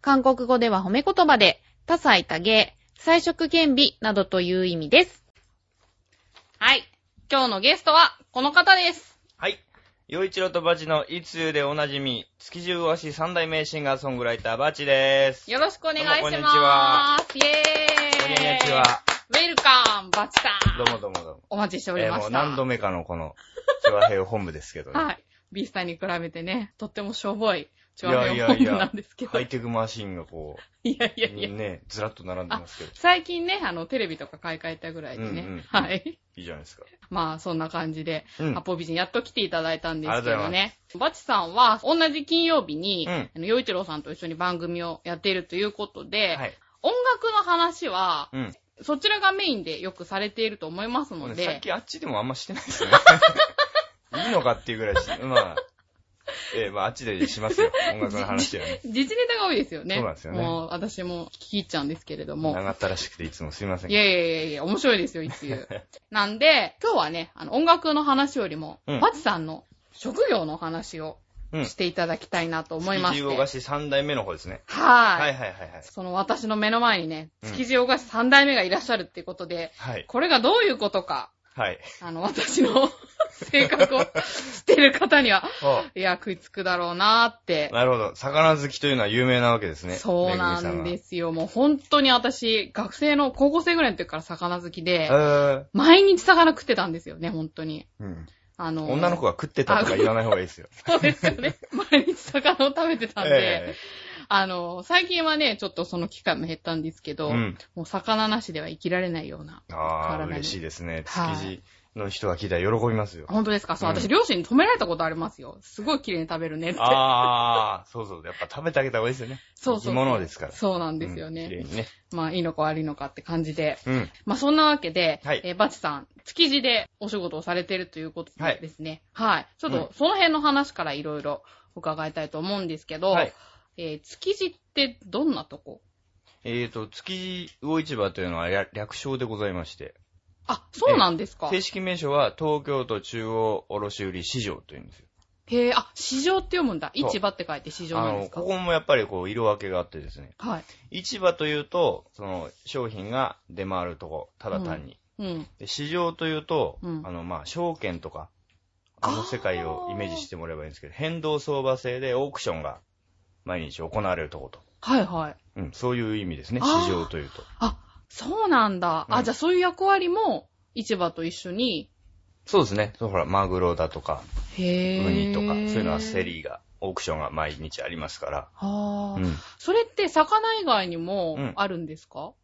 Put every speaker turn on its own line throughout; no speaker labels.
韓国語では褒め言葉で、多彩多芸、彩色兼美などという意味です。はい。今日のゲストは、この方です。
はい。洋一郎とバチのいつゆでおなじみ、築地魚足三代名シンガーソングライターバチです。
よろしくお願いします。
どうもこんにちは
イェーイ
こんにちは。
ウェルカムバチさん
どうもどうもどうも。
お待ちしており
えー
ま
も
し
う
た。
何度目かのこの、チワヘオ本部ですけどね。
はい。ビースターに比べてね、とってもしょぼい、
い
ちょ
や
わ
い
め
やい
な
や
んですけ、ど。
ハイ
い
テクマシンがこ、
やいうやいや。
ね、ずらっと並んでますけど、
最近ね、あの、テレビとか買い替えたぐらいでね。
うんうん
はい。
いいじゃないですか。
まあ、そんな感じで、
うん
八方美人やっと来ていただいたんですけ
ありが
ど
とうござ
ね。バチさんは、同じ金曜日に、
うん
あの、洋一郎さんと一緒に番組をやっているということで、
はい。
音楽の話は、
うん。
そちらがメインでよくされていると思います
もう
の
ねさっ
で、
きあっちでもあんましてないですね。いいのかっていうぐらいし、まあ、えーまああっちでしますよ。音楽の話はね。
自治ネタが多いですよね。
そうなんですよね
もう私も聞き入っちゃうんですけれども。
長ったらしくていつもすいません
い。やいやいやいや、面白いですよ、一 流。なんで、今日はね、あの、音楽の話よりも、
うん
バチさんの職業の話を
うん
していただきたいなと思いまして。
築地魚菓子三代目の方ですね。
は。
はいいはいはいはい。
その私の目の前にね、
うん
築地大菓子三代目がいらっしゃるっていうことで、
はい。
これがどういうことか、
はい。
あの、私の 性格を知っている方には、
あ
いや、食いつくだろうなーって。
なるほど。魚好きというのは有名なわけですね。。
そうなんですすよ。もう本当に私、学生の、高校生ぐらいの時から魚好き
え
で、
ー
毎日魚食ってたんですよね、本当に。
うん、
あの、
女の子が食ってたとか言わない方がいいですよ。
そうですよ ね。毎日魚を食べてたんで、
え
あの、最近はね、ちょっとその期間も減ったんですけ
え
ど、
うん。
もう魚なしでは生きられないような。
ああ、
体に
嬉しいですね。築
はい
地の人が聞いたら喜びますよ。
本当ですかそう、
うん
私、両親に止められたことありますよ。すごい綺麗に食べるねって。
ああ、そうそう。やっぱ食べてあげた方がいいですよね。
そうそう。
生き物ですから。
そうなんですよ
うん綺
ね。
麗にね。
まあ、いいのか悪いのかって感じで。
うん。
まあ、そんなわけで、
はい
えーバチさん、築地でお仕事をされてるということ
はい
ですね。はい。ちょっと、その辺の話からいろいろ伺いたいと思うんですけど、
はい。
えー築地ってどんなとこ
えっ、と、築地魚市場というのは略略称でございまして、
あ、そうなんですか。
正式名称は東京都中央卸売市場というんですよ。
へえ、あ、市場って読むんだ。
そう
市場って書いて市場
あ
なんです
の、
か。
ここもやっぱりこう、色分けがあってですね。
はい。
市場というと、その商品が出回るとこ、ただ単に。
うん。
で市場というと、
うん
あの、まあ、証券とか、あの世界をイメージしてもらえばいいんですけど、変動相場制でオークションが毎日行われるとこと。
はいはい。
うん、そういう意味ですね、
あー
市場というと。
あ、そうなんだ。
う
あ、
ん
じゃあそういう役割も市場と一緒に。
そうですね。そうほら、マグロだとか、ウ
へえ。
ニとか、そういうのはセ。リーが、オークションが毎日ありますから。
はあ、
うん。
それって魚以外に
う
も
ん
あるんですか、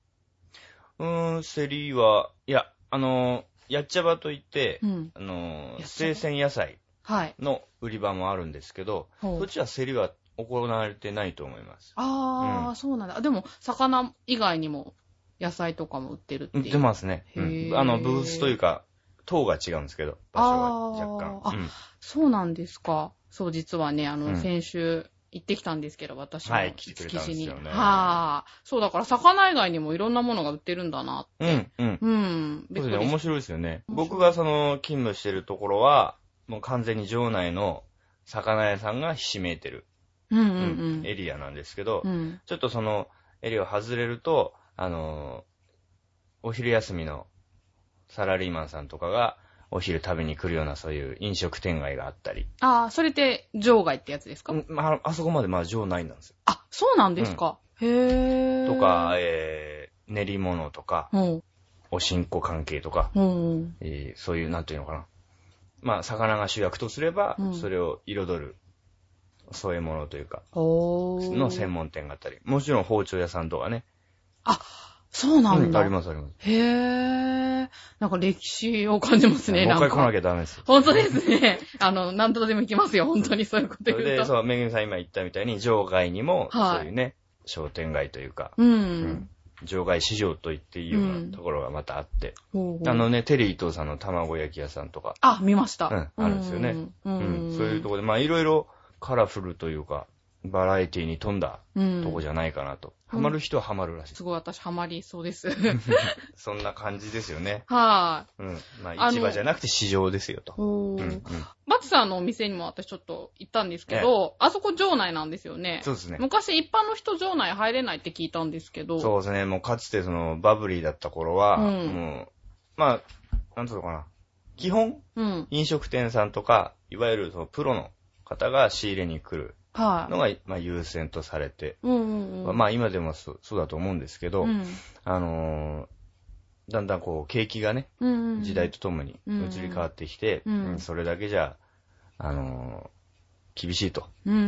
うーん、セリーは、いや、あのー、やっちゃばといって、
うん
あのー、
やっちゃば
生鮮野菜
はい。
の売り場もあるんですけど、
ほ
そうっちは競りは行われてないと思います。
ああ、
うん
そうなんだ。でも、魚以外にも野菜とかも売ってるって
売
い
っ
う。
てますね。う
へ
ん
ー
あの、ブースというか、塔が違うんですけど、場所が若
あー
干。うん
そうなんですか。そう、実はね、あの、
うん
先週行ってきたんですけど、私も。
はい来てくれたんですよね
築地にはあ。そう、だから魚以外にもいろんなものが売ってるんだな。
うん、うん。
うん。
そ
びっ
う
く
ですね、
り
面
し
白いですよね。
面白い
僕がその、勤務してるところは、もう完全に場内の魚屋さんがひしめいてる、
うんう
うん
うん。
エリアなんですけど、
うん。
ちょっとその、エリアを外れると、あのーお昼休みのサラリーマンさんとかが、お昼食べに来るようなそういう飲食店街があったり、
ああ、それって場外ってやつですか、
うんまあ、あそこまでまあ場内なんですよ。
あ、そうなんですか。へえ。
とか、、えー、練り物とか、
うん。
おしんこ関係とか、
うん。
えーそういう、なんていうのかな。まあ、魚が主役とすれば、
うん
それを彩る添え物というか、
おー。
の専門店があったり、もちろん包丁屋さんとかね。
そうなん
う
だ。
ありますあります。
へえ。なんか歴史を感じますね、
もう
な
一
ん
回来な
か。
きゃダメですよ。
本当ですね。 あの、何度でも行きますよ、本当にそういうこと言
それ
う
で、
と。
そう、めぐみさん今言ったみたいに、場外にも、
はい
そういうね、商店街というか、
う。
うん場外市場と言っていいようなところがまたあって、
ほうほう
あのね、テリー伊藤さんの卵焼き屋さんとか、
あ、見ました。
うんあるんですよね。
うん
うんそういうとこで、まあいろいろカラフルというか、バラエティに富んだ
うん
とこじゃないかなと。
うん
ハマる人はハマるらしい。
すごい私ハマりそう です。
そんな感じですよね。
は
うん。ま
あ
あ
の
市場じゃなくて市場ですよ
い。
と。
ほ
うんう。
うんバチさんのお店にも私ちょっと行ったんですけど、あそこ場内なんですよね。
そうですね。
昔一般の人場内入れないって聞いたんですけど。
そうですね。もうかつてそのバブリーだった頃は、
うん
もう、まあ、なんつうのかな。基本、
うん。
飲食店さんとか、いわゆるそのプロの方が仕入れに来る
はい
の。が、まあ優先とされて、
うんうんうん。
まあ今でもそうそうだと思うんですけど、
うん
あのーだんだんこう景気がね、
うんうん
時代とともに移
うん
り変わってきて、
うん
うんそれだけじゃ、あのー厳しいと。
うんう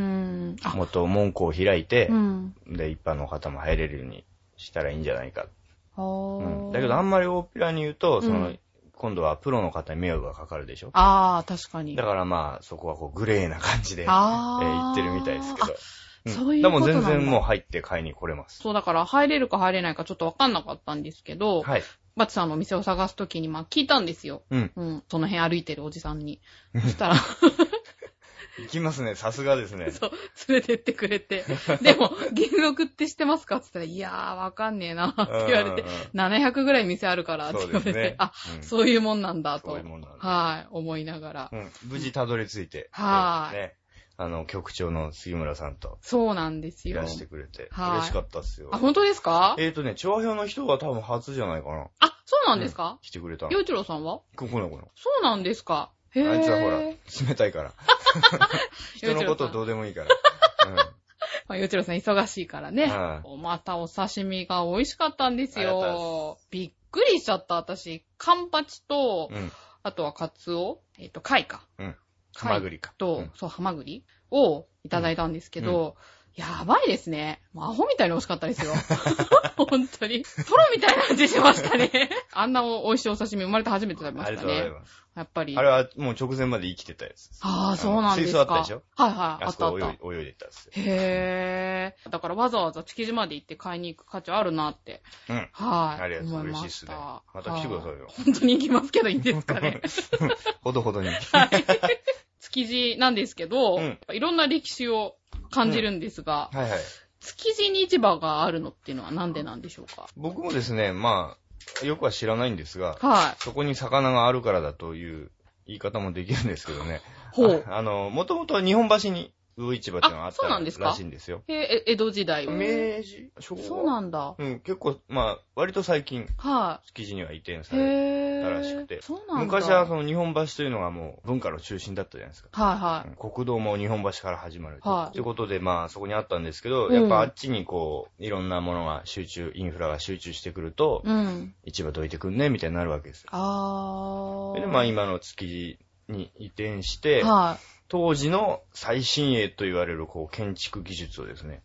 ん。あ、
もっと門戸を開いて
う、ん。
で、一般の方も入れるようにしたらいいんじゃないか。
ほ
うん
ー
だけどあんまり大っぴらに言うと、そうの
ん、
今度はプロの方に迷惑がかかるでしょ。
ああ、確かに。
だからまあ、そこはこうグレーな感じで、え
あ
ー
ー
言ってるみたいですけど
あ。
ん
そういうことなんだ
でも全然もう入って買いに来れます。
そう、だから入れるか入れないかちょっとわかんなかったんですけど、
はい。
バチさんのお店を探すときに、まあ聞いたんですよ。
うん。
うん。その辺歩いてるおじさんに。そした ら、
行きますね。さすがですね。
そう、連れてってくれ て。でも、銀録って知ってますかって言ったら、いやー、わかんねえな、って言われて
うんうんうん、
700ぐらい店あるから、って言わ
そ
れ
うです
て
ね、
あ
う、ん
そういうもんなんだ
そう
と
いう。もんなんで。
はい、思いながら
う。ん、無事たどり着いて、
はーい
そうですね、あの、局長の杉村さんと
そうなんです
い
よ
ら。してくれて、
はーい
嬉しかったっすよ
あ、。本当ですか
えーとね、調和表の人が多分初じゃないかな。
あ、そうなんですか
来てくれたの。
洋一郎さんは
ここのこの。
そうなんですかへー。
あいつはほら、冷たいから。人のことどうでもいいから。
まあ、よちろさん忙しいからね。
はい
またお刺身が美味しかったんです
ありがとうござい
よ。びっくりしちゃった、私。カンパチと、
うん。うん。
あとはカツオ、えっ、と、貝か。
ハマグリか。
と、
うん
そう、ハマグリをいただいたんですけど、やばいですね。もうアホみたいに美味しかったですよ。 本当に。トロみたいな味しました ね。あんな美味しいお刺身生まれて初めて食べま
あり
し
が
た
とうござい
ね。
ます。
やっぱり。
あれはもう直前まで生きてたやつです。
ああ、そうなんですか。
あの水槽あったでしょ
はいはい、あ
あ
っ
そ
たあ
こ
っ
泳
た。
い泳いでったっすよ。
へー。だからわざわざ築地まで行って買いに行く価値あるなって。
うん。
はい。
ありがとうござい
思
ます。
ま
嬉しいっ
し
す
た
ね。また来てください
は
よ。
本当に行きますけどいいですか ね。
ほどほどに。
築地なんですけど、
うん
やっぱいろんな歴史を感じるんですが、
はいはい。
築地に市場があるのっていうのはなんでなんでしょうか
僕もですね、まあ、よくは知らないんですが、
はい。
そこに魚があるからだという言い方もできるんですけどね。
ほう。
ああの、もともとは日本橋に魚市場っていうのがあっ
あそう
た
なんですから
しいんですよ。
へーえ、江戸時代。
明治昭和
そうなんだ。
うん、結構、まあ、割と最近、
は
築地には移転
い。
され
へ
たらしく
ー
て
そうなんだ。
昔はその日本橋というのがもう文化の中心だったじゃないですか。
はいはい。
うん国道も日本橋から始まる。
はい
ということで、まあ、そこにあったんですけど、
うん
やっぱあっちにこう、いろんなものが集中、インフラが集中してくると、
うん。
市場どいてくんね、みたいになるわけですよ。
あー。
で、まあ今の築地に移転して、
はい。
当時の最新鋭と言われるこう建築技術をですね、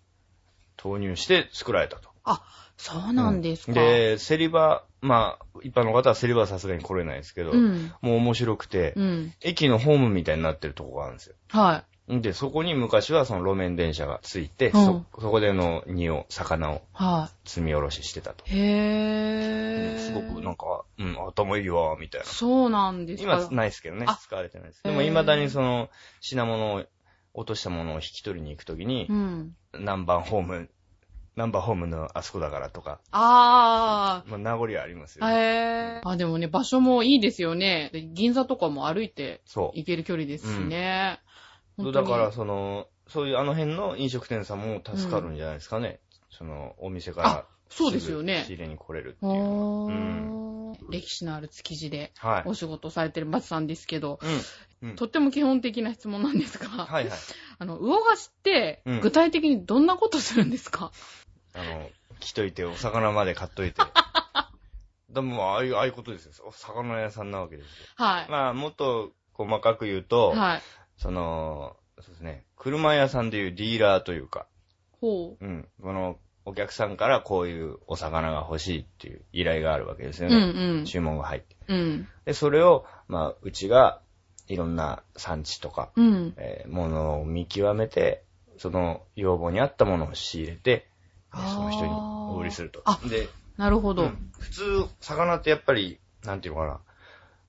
投入して作られたと。
あ、そうなんですか。
で、セリバー、まあ一般の方はセリバーさすがに来れないですけど、
うん。
もう面白くて、
うん。
駅のホームみたいになってるとこがあるんですよ。
は
で、そこに昔はその路面電車がついて、
うん
そ、そこでの荷を、魚を
い。は
積み下ろししてたと。
い。へ
う
ー。
んすごくなんか、うん、頭いいわ、みたいな。
そうなんですか。
今ないですけどね
あ。
使われてないです。
へー
でも未だにその品物を、落としたものを引き取りに行くときに
う、ん。
何番ホーム、何番ホームのあそこだからとか、
あ
まあ、名残はあります
ー。
よ、ね。
へー。あ、でもね、場所もいいですよね。で銀座とかも歩いて
そ
行ける距離ですしね。
う。
本当
だ
に
から、、その、そういうあの辺の飲食店さんも助かるんじゃないですかね。その、お店から
あ、そうですよ
仕
ね。
入れに来れるって
あ
いうのは。うん。
ー歴史のある築地で
はい。
お仕事されてるバツさんですけど、
うん。うん。
とっても基本的な質問なんですが、
はいはい。
あの、魚菓子って
うん
具体的にどんなことするんですか、
あの、着といて、お魚まで買っと いて。でも、ああいう、ああいうことですよ。お魚屋さんなわけですよ。
はい。
まあ、もっと細かく言うと、
はい。
その、そうですね、車屋さんでいうディーラーというか、
ほう。
うん、このお客さんからこういうお魚が欲しいっていう依頼があるわけです
う
よ
んう
ね。
ん。
注文が入って。
うん。
で、それを、まあ、うちがいろんな産地とか、
うん。
えーものを見極めて、その要望に合ったものを仕入れて、その人にお売りすると。
あ
で、
なるほど。
うん普通、魚ってやっぱり、なんていうのかな、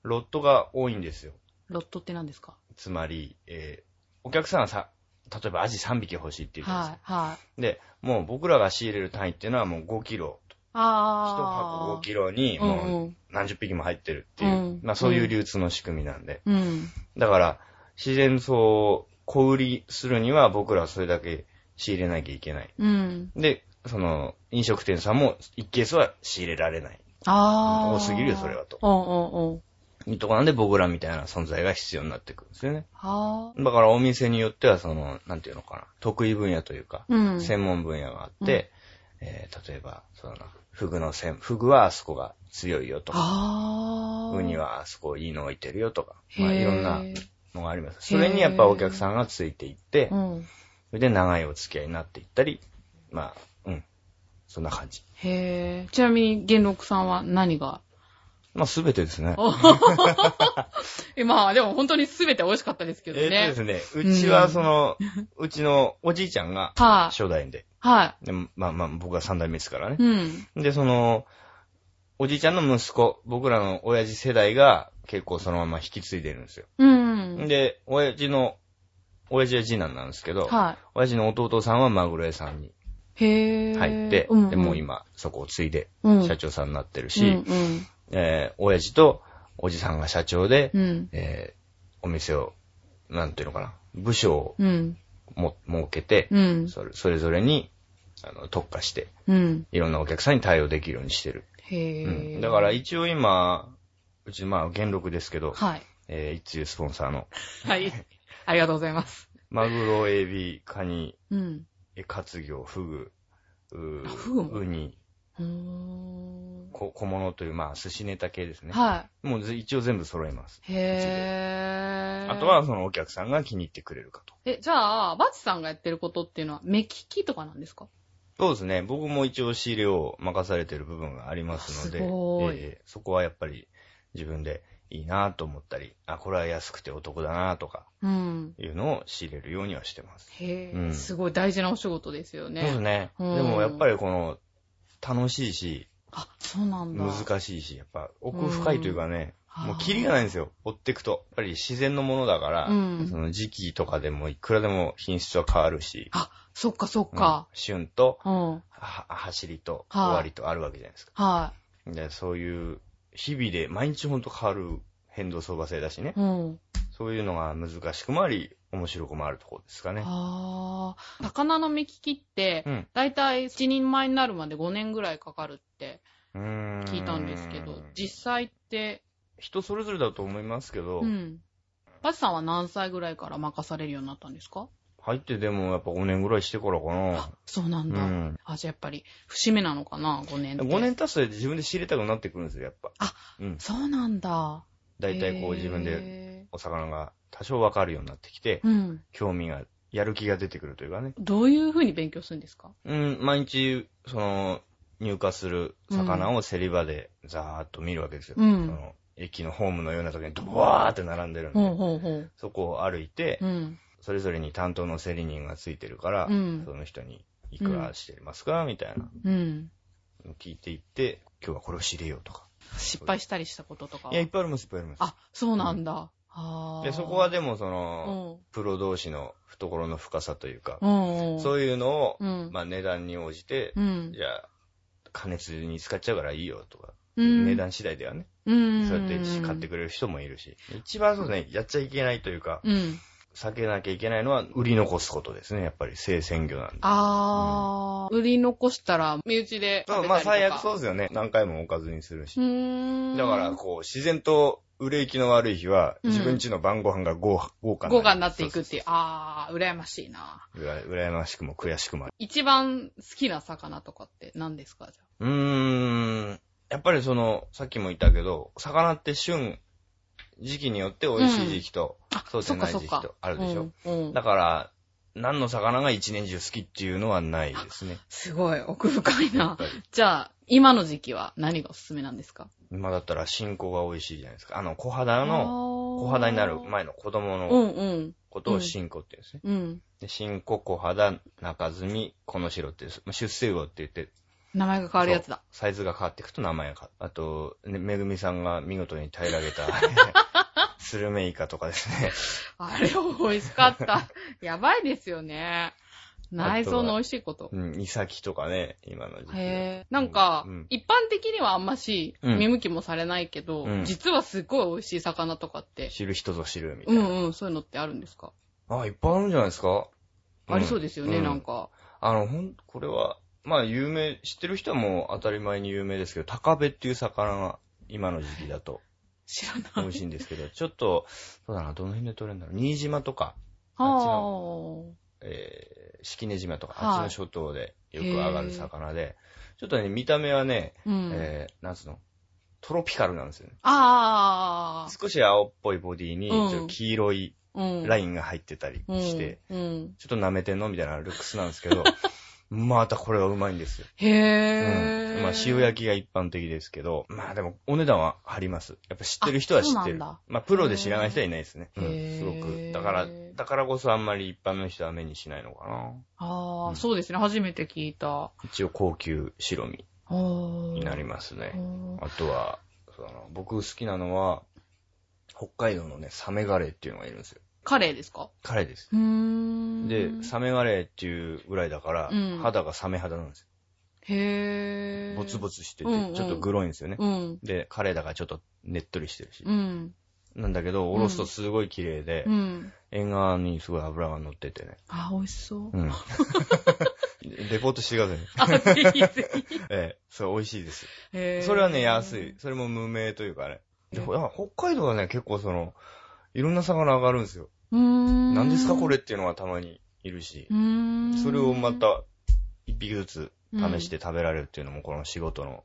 ロットが多いんですよ。
ロットって何ですか
つまり、えーお客さんはさ、例えばアジ3匹欲しいっていうじゃないです
はい、はい。
か。で、もう僕らが仕入れる単位っていうのはもう5キロ。1箱
ああ。
5キロに
うん
も
う
うん何十匹も入ってるっていう、
うん
まあそういう流通の仕組みなんで。
うん。
だから、自然草を小売りするには僕らはそれだけ仕入れなきゃいけない。
うん。
で、その、飲食店さんも一ケースは仕入れられない。
ああ。
多すぎるよそれはと
うんうんうん。
いいとこなんで僕らみたいな存在が必要になってくるんですよね。
はあ。
だからお店によってはその、なんていうのかな、得意分野というか、
うん。
専門分野があって、えー例えば、そうだな、フグの専、フグはあそこが強いよとか、
ああ。
ウニ。はあそこいいの置いてるよとか、
へー
まあいろんなのがあります。それにやっぱお客さんがついていって、
うん。
それで長いお付き合いになっていったり、まあ、うん。そんな感じ。
へえ。ちなみに、元禄さんは何が
まあ、すべてですね。
え、まあ、でも本当にすべて美味しかったですけど
えっ
ね。
とですね、うちはその、うちのおじいちゃんが
はい、
初代で、
は
でまあまあ僕が三代目ですからね
い、。うん。
で、その、おじいちゃんの息子、僕らの親父世代が結構そのまま引き継いでるんですよ。
うん。
で、親父の、親父は次男なんですけど、
は
親父の弟さんはマグロ屋さんに
い。へえ。
入って、
うん
でもう今そこを継いで
うん
社長さんになってる
うん
し、
うん。
えー親父とおじさんが社長で、
うん。
えーお店を、なんていうのかな、部署を
うん。
も設けて、
うん。
それそれぞれにあの特化して、
うん。
いろんなお客さんに対応できるようにしてる。
へえ、
うん、だから一応今、うちまあ元禄ですけど、
はい。
えー一通スポンサーの、
はい。ありがとうございます。
マグロ、エビ、カニ、
うん。
えカツ魚、フグ、う
あフグも
ーウニ、
うーん。
こ小物という、まあ寿司ネタ系ですね。
は
もうぜ一応全部揃えます。
い。へー。
あとは、そのお客さんが気に入ってくれるかと。
え、じゃあ、バチさんがやってることっていうのは、目利きとかなんですか
そうですね。僕も一応仕入れを任されてる部分がありますので、
あすごい
ええそこはやっぱり自分でいいなと思ったり、あ、これは安くてお得だなとか
うん。
いうのを仕入れるようにはしてます。
へえ、
うん
すごい大事なお仕事ですよ
そうです
ね。
ね。
うん
でもやっぱりこの、楽しいし、
あ、そうなんだ。
難しいし、やっぱ奥深いというかね、
うん
もうキリがないんですよ。追っていくと。やっぱり自然のものだから、
うん
その時期とかでもいくらでも品質は変わるし、
あ、そっかそっ
うん
か。
旬と、
うん。
は走りと、
はい
終わりとあるわけじゃないですか。
は
で、そういう、日々で毎日ほんと変わる変動相場制だしね
い。。うん。
そういうのが難しくもあり、面白くもあるところですかね。
ああ。魚の目利きって、
うん。
だいたい一人前になるまで5年ぐらいかかるって
うーん
聞いたんですけど、実際って、
人それぞれだと思いますけど、
うん。バチさんは何歳ぐらいから任されるようになったんですか
入ってでもやっぱ5年ぐらいしてからか
あ
な。、
そうなんだ。
うん
あ、じゃあやっぱり、節目なのかな、5年って。
5年経つと自分で仕入れたくなってくるんですよ、やっぱ。
あ
うん。
そうなんだ。
だいたいこう自分で
で。
お魚が多少わかるようになってきて、
うん。
興味が、やる気が出てくるというかね。
どういう風に勉強するんですか
うん、毎日、その、入荷する魚を競り場でざーっと見るわけですよ。
うん
その駅のホームのようなとこにドワーって並んでるんで、
ほうほうほう。
そこを歩いて、
うん。
それぞれに担当の競り人がついてるから、
うん
その人にいくらしてますか、みたいな
うん。
のを聞いていって、今日はこれを知れようとか。
失敗したりしたこととかはい
や、いっぱいあります、いっぱいあります。
あ、そうなんだ。あー
でそこは、でもそう
ん。
の、プロ同士の懐の深さというか、
うん。
そういうのを、
うん
まあ値段に応じて、
うん。
じゃあ、加熱に使っちゃうからいいよとか、
うん
値段次第ではね、
うん。
そうやって買って
く
くれる人もいるし、一番そうですね、やっちゃいけないというか、
うん。
避けなきゃいけないのは売り残すことですね、やっぱり生鮮魚なんで。
あー、売り残したら、身内で
そ
食
う
べ
ま
た
あ
りとか。
最悪そうですよね。何回もおかずにするし
う。ーん。
だから、こう、自然と売れ行きの悪い日は、
うん
自分家の晩ご飯が豪豪華
豪華になっていく
そう
っていう。あー、羨ましいな。
そううら羨ましくも悔しくもある。
一番好きな魚とかって何ですかじゃ
うーん。やっぱりその、さっきも言ったけど、魚って旬、時期によって美味しい時期と、
あ。
そうじゃない
そっ
時
か
期
そっか
とあるでしょ。
うん。うん
だから、何の魚が一年中好きっていうのはないですね。
すごい、奥深い
やっ
な
ぱ。り
じゃあ、今の時期は何がおすすめなんですか
今だったら新香が美味しいじゃないですか。あの、小肌の、小肌になる前の子供
う
の
んうん。
ことを新子って言うんですね。
うん。
で新子、小肌、中積み、この白っていう、まあ出世魚って言って、
名前が変わるやつだ。
サイズが変わっていくと名前が変わる。あと、ねめぐみさんが見事に平ら げた、スルメイカとかですね。
あれ美味しかった。 やばいですよね。内臓の美味しいこと。
うん、イサキとかね、今の時
へ
期。
え。なんか
うん、
一般的にはあんまし、
うん
見向きもされないけど、
うん
実はすごい美味しい魚とかって、
知る人ぞ知るみた
う
いな。
んうん、そういうのってあるんですか
あ、いっぱいあるんじゃないですか
ありそうですよね、
う
なんか。
あの、ほん、これは、まあ、有名、知ってる人はもう当たり前に有名ですけど、高ベっていう魚が、今の時期だと
知 らない。
美味しいんですけど、ちょっと、そうだな、どの辺で取れるんだろう。新島とか、
は
えー、式根島とか、
はい
あっちの諸島でよく上がる魚で、ちょっとね、見た目はね、
あ。うん。
えー、なんつうの、トロピカルなんですよね。
あ
少し青っぽいボディに、ち
うん
ょっと黄色い
あ。うん。
ラインが入ってたりして、
うん。うん。
ちょっと舐めてんのみたいなルックスなんです けど、またこれがうまいんですよ。
へ
う
え。
ん。まあ、塩焼きが一般的ですけど、まあでも、お値段は張ります。やっぱ知ってる人は知
あ
っ
そ
て
うなん
る。
だ
まあ、プロで知らない人はいないですね。
へ
うん
ー。
すごく。だから、だからこそあんまり一般の人は目にしないのかな。
ああ、
うん
そうですね。初めて聞いた。
一応高級白身に
に
なりますね。
ね。
あとは、その僕好きなのは、北海道のね、サメガレーっていうのがいるんですよ。
カレーですか
カレーです。
うーん。
で、サメガレーっていうぐらいだから、
うん
肌がサメ肌なんです
へー。
よ。ボツボ
ツ。
ツしてて、
うんうん
ちょっとグロいんですよね。
うん。
で、カレーだからちょっとねっとりしてるし。
うん。
なんだけど、おろすとすごい綺麗で、
うん。
縁側にすごい脂が乗っててね。
あ、美味しそう
う。ん。レポートしてくださいね。
あ、ぜひぜひ。
ええ、それ美味しいです。
へー
それはね、安い。。それも無名というかね。で
うん
ほら北海道はね、結構その、いろんな魚上がるんですよ。
うーん。
何ですかこれっていうのがたまにいるし
う、ーん。
それをまた一匹ずつ試して食べられるっていうのもこの仕事の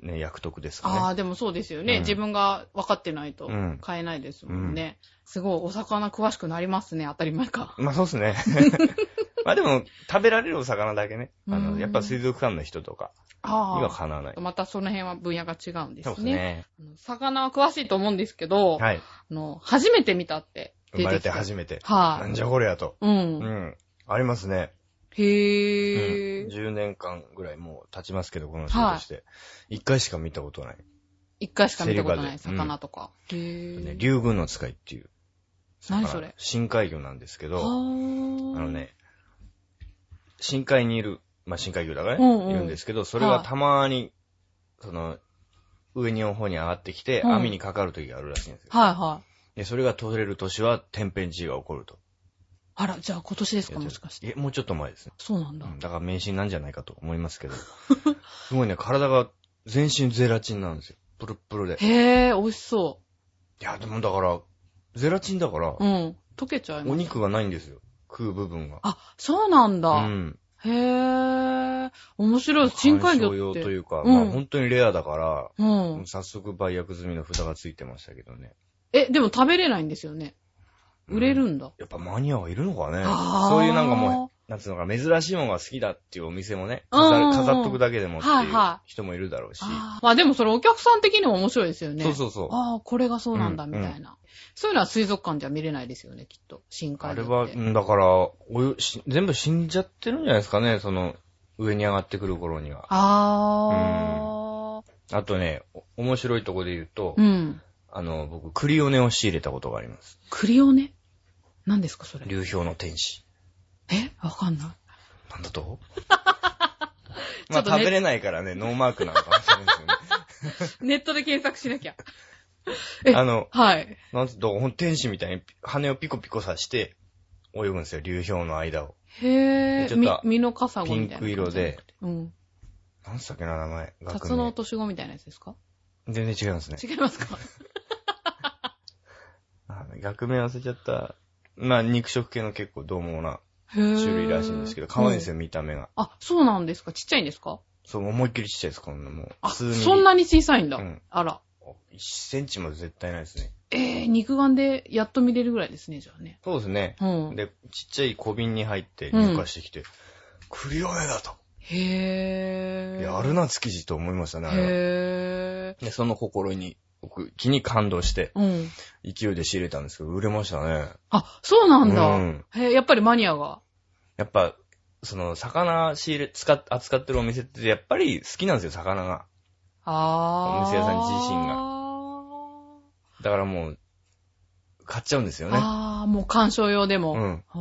ね、役得です
あ
か
あ、でもそうですよね。
うん
自分が分かってないと
うん
買えないですもんね。すごい、お魚詳しくなりますね。当たり前 か。
ね。まあそうっす ね。まあでも、食べられるお魚だけね。あ
う
の、
ん
やっぱ水族館の人とかには
あ
かなわない
あ。。またその辺は分野が違うんです
そう
ね。
ですね。
あの魚は詳しいと思うんですけど、
はい。
あの、初めて見たって出てき
生
て。
まれて初めて。な
はい、
んじゃこりゃと。
う。
うんん。ありますね。うん
へえ。
10年間ぐらいもう経ちますけど、この仕事して。1回しか見たことない。
一回しか見たことない
セリバでうん
魚とか。へ
ね
え。
竜軍の使いっていう。
何それ
深海魚なんですけ
あ
ど、あの。ね、深海にいる、まあ、深海魚だからね、
うんうん
いるんですけど、それがたまに、その、上に方に上がってきて、
うん
網にかかる時があるらしいんですよ。
はいはい。
で、それが取れる年は天変地異が起こると。
あら、じゃあ今年です
い
か
や
もしかして。
いやもうちょっと前ですね。
そうなんだ
う。んだから迷信なんじゃないかと思いますけど。すごいね、体が全身ゼラチンなんですよ。プルップルで。
へえ、美味しそ
いや、でもだから、ゼラチンだから
う。う、ん。溶けちゃいます。
お肉がないんですよ。食う部分が。
あ、そうなんだ。
うん。
へえ、面白い。深海魚
観賞用
って。
というか、
うん
まあ本当にレアだか
う
ら、
ん。
早速売約済みの札がついてましたけどね。
え、でも食べれないんですよね。売れるんだ。
やっぱマニアはいるのかね
あー
そういうなんかもう、なんつうのか、珍しいものが好きだっていうお店もね、
うんうん
飾
うん
飾っとくだけでもって
はい
いう
は
人もいるだろうし。
あーまあでもそれお客さん的にも面白いですよね。
そうそうそう。
ああ、これがそうなんだ、
うん
みたいな、そういうのは水族館じゃ見れないですよね、きっと。深
あ
海
れ
魚って。
は、うんだから、およし全部死んじゃってるんじゃないですかね、その、上に上がってくる頃には。
ああ、
あとね、お面白いとこで言うと、
うん、
あの、僕、クリオネを仕入れたことがあります。
クリオネ何ですか、それ。
流氷の天使。
えわかんない。
なん だとま
ちょ
あ、
っとね
食べれないからね、ノーマークなのかもしれないですよ
ネットで検索しなきゃ。 え
ね。あの、
はい。
なんつうと、ほん天使みたいに羽をピコピコさして、泳ぐんですよ、流氷の間を。
へ
でち
え、
ょっ
み
と、
身のカサゴみたいな。
ピンク色で。
うん。
なんつったっけな、名前。
タ
学
ツノオ
名。
トシゴみたいなやつですか
全然違いますね。
違いますか
あ学名忘れちゃった。まあ、肉食系の結構獰猛な
へえ。
種類らしいんですけど、可愛いんですよ、見た目が。
うん。あ、そうなんですかちっちゃいんですか
そう、思いっきりちっちゃいです、こんなもう。
あ、
普通に。
そんなに小さいんだ。
うん
あら。
1センチも絶対ないですね。
ええ肉眼でやっと見れるぐらいですね、じゃあね。
そうですね。
うん。
で、ちっちゃい小瓶に入って入荷してきて、クリオネだと。
へえ。
やるな、築地と思いましたね、あれは。
へ
で、その心に僕、気に感動して、
うん。
勢いで仕入れたんですけど、売れましたね。
あ、そうなんだ。
うん
へえやっぱりマニアが。
やっぱ、その、魚仕入れ、使っ、扱ってるお店って、やっぱり好きなんですよ、魚が。
あー。
お店屋さん自身が
が。
だからもう、買っちゃうんですよね。
あー、もう鑑賞用でも。
うん。
あ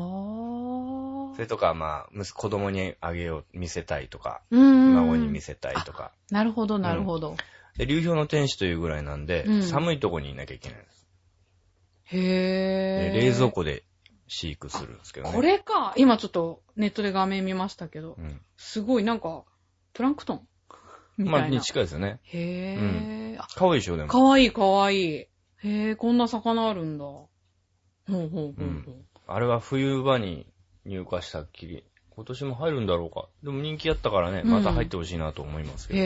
ー
それとか、まあ、息子供にあげよう、見せたいとか、
うん。
孫に見せたいとか。
なるほど、なるほど。
で、流氷の天使というぐらいなんで、
うん
寒いとこにいなきゃいけないんです。
へ
で
え。
冷蔵庫で飼育するんですけどね。
これか。今ちょっとネットで画面見ましたけど
う。ん。
すごい、なんか、プランクトンみ
ま
た
あ、
い
に
な。
近いですよね。
へえ。あ
可愛いでしょ、でも。
かわいい、かわいい。へえ、こんな魚あるんだ。ほうほうほうほう。
うんあれは冬場に入荷したっきり。今年も入るんだろうか。でも人気やったからね、
うん
また入ってほしいなと思いますけど。
へ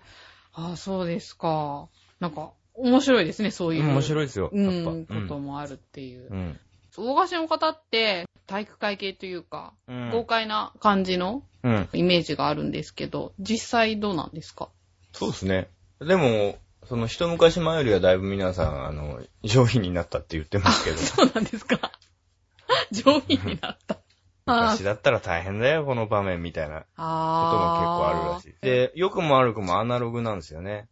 え。あ、そうですか。なんか、面白いですね、そういう。
面
い。
白いですよ、
う
やっぱ。
ん、こともあるっていう。
うん。
大菓子の方って、体育会系というか、
うん。
豪快な感じの
うん。
イメージがあるんですけど、実際どうなんですか
そうですね。でも、その一昔前よりはだいぶ皆さん、あの、上品になったって言ってますけど、
そうなんですか上品になった。 あ
昔だったら大変だよ、この場面みたいなことも結構あるらし
い。
い。で、良くも悪くもアナログなんですよね。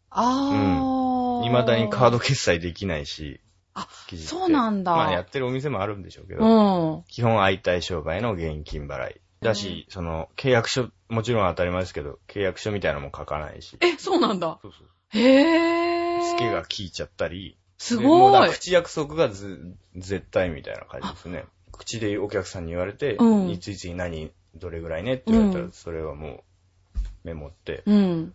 ああ。
未だにカード決済できないし。
あ
記事って
そうなんだ
まあやってるお店もあるんでしょうけど。
うん。
基本相対商売の現金払い。だし、その、契約書、もちろん当たり前ですけど、契約書みたいなのも書かないし。
え、そうなんだ。
そうそう。
へえ。
ツケが効いちゃったり。
す
でもうだ
ご
か
い
ら。口約束がず、絶対みたいな感じですね。口でお客さんに言われて、
うん
いついつに何、どれぐらいねって言われた
う
ら、
ん
それはもう、メモって、
うん。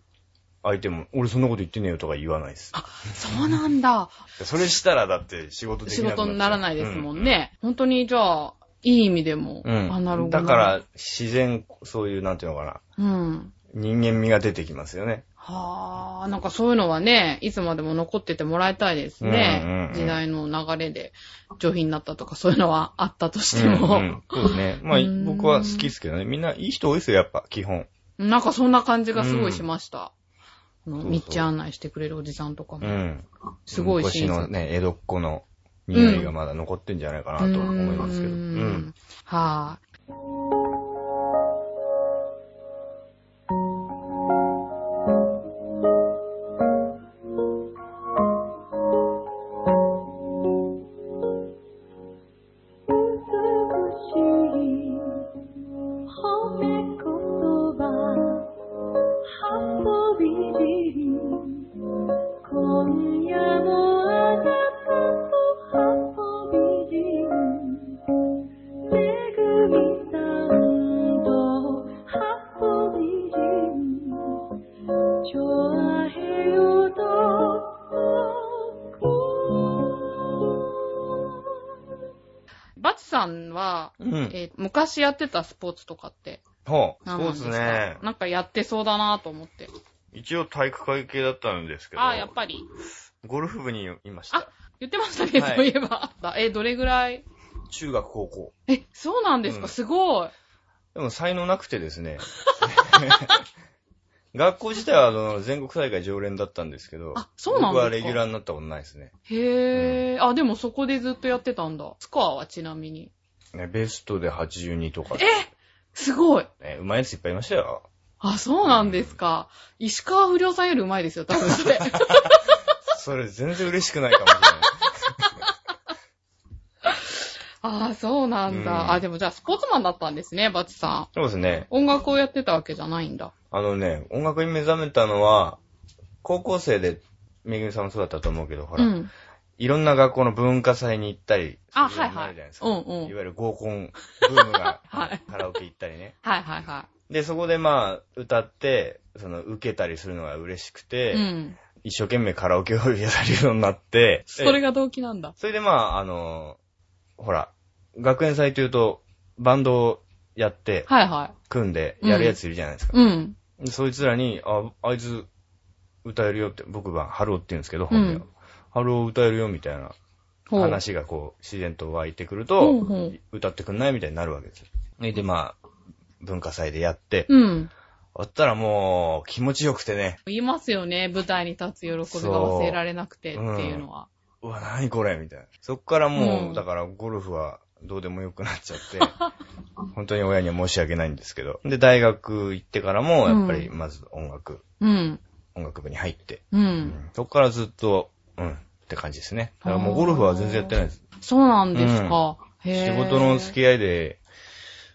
相手も、俺そんなこと言ってねえよとか言わないです。
そうなんだ。
それしたらだって仕事でき
仕
なくなっちゃう
事にならないですもん。ね。本当に、じゃあ、いい意味でも、
うん。
アナログな
だから、、自然、そういう、なんていうのかな、
うん。
人間味が出てきますよね。
はあ、なんかそういうのはね、いつまでも残っててもらいたいですね。
うんうんうん
時代の流れで上品になったとかそういうのはあったとしても。
うんうんそうですね。まあ
うん、
僕は好きですけどね。みんないい人多いですよ、やっぱ、基本。
なんかそんな感じがすごいしました。あの
そうそう
道案内してくれるおじさんとか
う
も。
ん。
すごい
昔
親切
のね、江戸っ子の匂いがまだ残ってんじゃないかなとは思いますけど。
う
う
ーん
ん。
は
美しい褒め言葉運び尻今夜もあなたと運び尻めぐみさんと運び尻ちょあへよとこ
い。バチさんは、
うん。
えー昔やってたスポーツとかって
ほう、
何な
そうん
で
で
す
す
か
ね。
なんかやってそうだなと思って。
一応体育会系だったんですけど、
ああ、やっぱり。
ゴルフ部にいました。
言ってましたね、
はい
そういえば。え、どれぐらい
中学、高校。
え、そうなんですか、
うん
すごい。
でも才能なくてですね。 学校自体はあの全国大会常連だったんですけど、
あそうなんですか
僕はレギュラーになったことないですね。
へえ、あ、でもそこでずっとやってたんだ。スコアはちなみに。
ねベストで82とか、
すごい。
ね。うまいやついっぱいいましたよ。
あ、そうなんですか。石川不良さんよりうまいですよ、多分そ れ。
それ全然嬉しくないかもしれない。
あ、そうなんだ。
うん
あ、でもじゃあスポーツマンだったんですね、バチさん。
そうですね。
音楽をやってたわけじゃないんだ。
あのね、音楽に目覚めたのは、高校生で、めぐみさんもそうだったと思うけど、ほ
う
ら、
ん。
いろんな学校の文化祭に行ったり、
あ
するよう
はいはい
になるじゃないですか。
うんうん
いわゆる合コンブーム が、
はい
カラオケ行ったりね。
はいはいは
で、そこでまあ、歌って、その、受けたりするのが嬉しく
い。
て、
うん。
一生懸命カラオケをやるようになって、
それ
え
が動機なんだ。
それでまあ、あのほら、学園祭というと、バンドをやって、
はいは
組んで、やるやついるじゃないですか
い。。うん。
そいつらに、あ、あいつ、歌えるよって、僕はハローって言うんですけど、本名
うん
ハロー歌えるよみたいな
ほう。
話がこう、自然と湧いてくる
ほう
と、
ほう。
歌ってくんないみたいになるわけですよ。で、まあ、文化祭でやって、
うん。
あったらもう気持ちよくてね、
言いますよね。舞台に立つ喜びが忘れられなくてっていうのは。
うわ、なにこれみたいな。そっからもう、
うん
だからゴルフはどうでもよくなっ ちゃって、本当に親には申し訳ないんですけど。で、大学行ってからも、やっぱりまず音楽、
うん。
音楽部に入って、
う
うん
ん。
そっからずっと、うん、って感じですね。だからもうゴルフは全然やってないです。
そうなんですか。へ
仕
ー
事の付き合いで、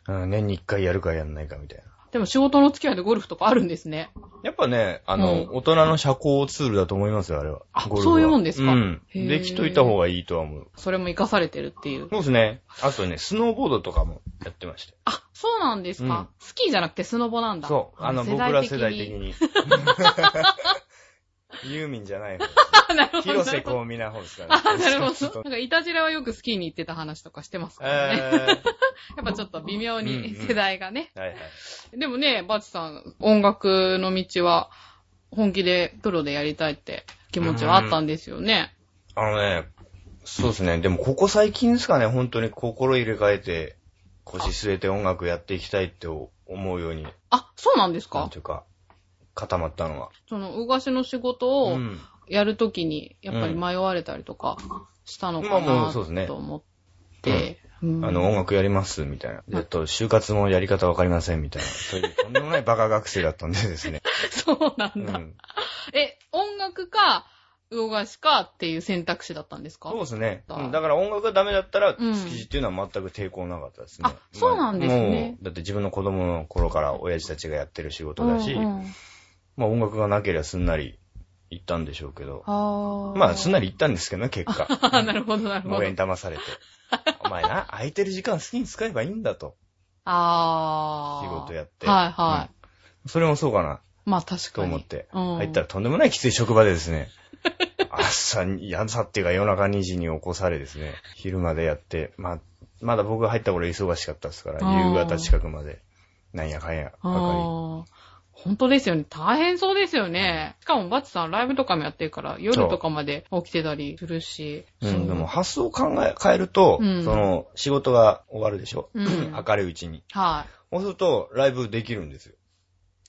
うん、年に一回やるかやんないかみたいな。
でも仕事の付き合いでゴルフとかあるんですね。
やっぱね、あの、
う
大人の社交ツールだと思いますよ、あれは。
あ
ゴルフは
そういうもんですか
うん。
へー
できといた方がいいとは思う。
それも活かされてるっていう。
そうですね。あとね、スノーボードとかもやってましたよ
あ、そうなんですか。スキーじゃなくてスノボなんだ。
そう。あの、僕ら世代的
に。
に。 ユーミンじゃない方。
なるほど。
広瀬香美な方ですから、ね。
あ、なるほど。なんか、イタジラはよくスキーに行ってた話とかしてますからね。
え
やっぱちょっと微妙に
うんうん
世代がね。
ー、はいはい。
でもね、バチさん、音楽の道は本気でプロでやりたいって気持ちはあったんですよね。
あのね、そうですね。でも、ここ最近ですかね、本当に心入れ替えて、腰据えて音楽やっていきたいって思うように、
あ、そうなんです
なん
か
ていうか、固まったのは。
その、うがしの仕事を
ん。
やるときに、やっぱり迷われたりとかしたのか
まあもう
な
そうですね
と思って。うん
あの、音楽やります、みたいな。であと、就活もやり方わかりません、みたいな。そういう、とんでもないバカ学生だったんでですね。
そう な
うん
だ。
ん。
え、音楽か、動かしかっていう選択肢だったんですか
そうですね。
だ
うんだから音楽がダメだったら、
うん
築地っていうのは全く抵抗なかったですね。
あそうなんですね
もう、だって自分の子供の頃から親父たちがやってる仕事だし、
うんうん
まあ音楽がなければすんなり行ったんでしょうけど、
あー
まあすんなり行ったんですけどね、結 果。
あーなるほど、なるほど
親。に騙されて。お前な、空いてる時間好きに使えばいいんだと。
ああ。
仕事やって
はいはい。
それもそうかな、
まあ確
と
かに。
思って。
うん
入ったらとんでもないきつい職場でです ね。朝に、朝っていうか夜中2時に起こされですね。昼までやって、まあ、まだ僕が入った頃忙しかったですから、
うん
夕方近くまで、なんやかんや、ば
あー本当ですよね。大変そうですよね。しかも、バチさん、ライブとかもやってるから、夜とかまで起きてたりするし。
かり。う
そ
ん、でも発想を考え、変えると、
うん
その、仕事が終わるでしょ、
うん
明るいうちに。
はい。
そうすると、ライブできるんですよ。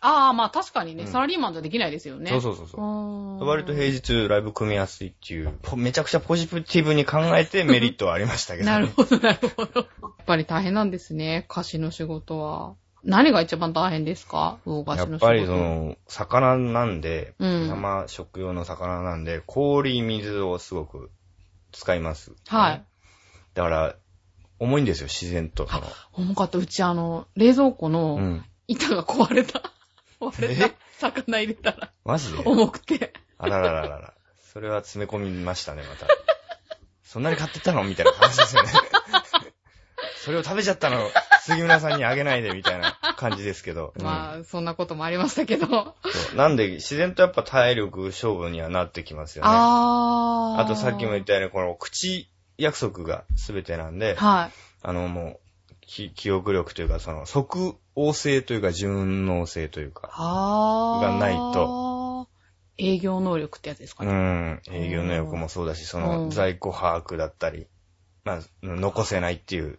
ああ、まあ確かにね、
うん
サラリーマンじゃできないですよね。
そう
う
そうそうそ
そ
う。
う
割と平日ライブ組みやすいっていう、ぽめちゃくちゃポジティブに考え てメリットはありましたけど、
なるほど、なるほど。やっぱり大変なんですね、歌手の仕事は。何が一番大変ですか魚菓
や
子の仕
っ
事。
ぱりそ、の、魚なんで、
うん
生食用の魚なんで、氷、水をすごく使います。
はい。
だから、重いんですよ、自然と。その
重かった。うち、あの、冷蔵庫
う
の
ん。
板が壊れた。 壊れた
え。
魚入れたら、
マジで
重くて。
あららららら。それは詰め込みましたね、また。そんなに買ってったのみたいな話で すよね。それを食べちゃったの、杉村さんにあげないで、みたいな感じですけど。うん
まあ、そんなこともありましたけど。あ
そうなんで、自然とやっぱ体力勝負にはなってきますよね。
あー。
あとさっきも言ったように、この口約束が全てなんで、
はい。
あのもう、き記憶力というか、その即応性というか順応性というか、
あー。
がない
と。営業能力ってやつですか
う
ね。
ん、営業能力もそうだし、そうの
ん
在庫把握だったり、まあ、残せないっていう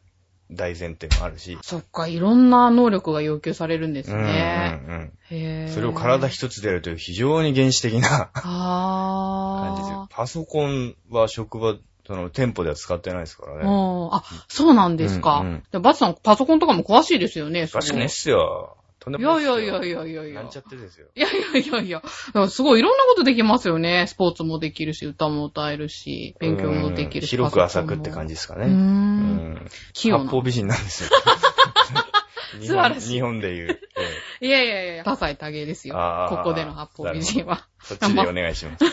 大前提もあるし、
そっか、いろんな能力が要求されるんです
うん、うん、
ね。
う
へ
ん。
ー
それを体一つでやるという非常に原始的な感じです
あ
よ。パソコンは職場、その店舗では使ってないですから
ー。
ね。
うんあ、そうなんですか。
うんうん
でもバツさん、パソコンとかも詳しいですよね。すご
確
い
かにっすよ。とんで
い
もな
やい
いっすよ。
やいやいやいやいや。
なんちゃってですよ。
いやいやいやいや。だからすごいいろんなことできますよね。スポーツもできるし、歌も歌えるし、勉強もできるし。
うん広く浅くって感
じ。
じですか
う
ね。
ーん。
ん。
器用
八
な
方美人な んですよ。日
素
本
晴らしい
日本で言う。え
いやいやいや、多彩多芸ですよ。
あー
ここでの八方美人は。
えそっちでお願いします。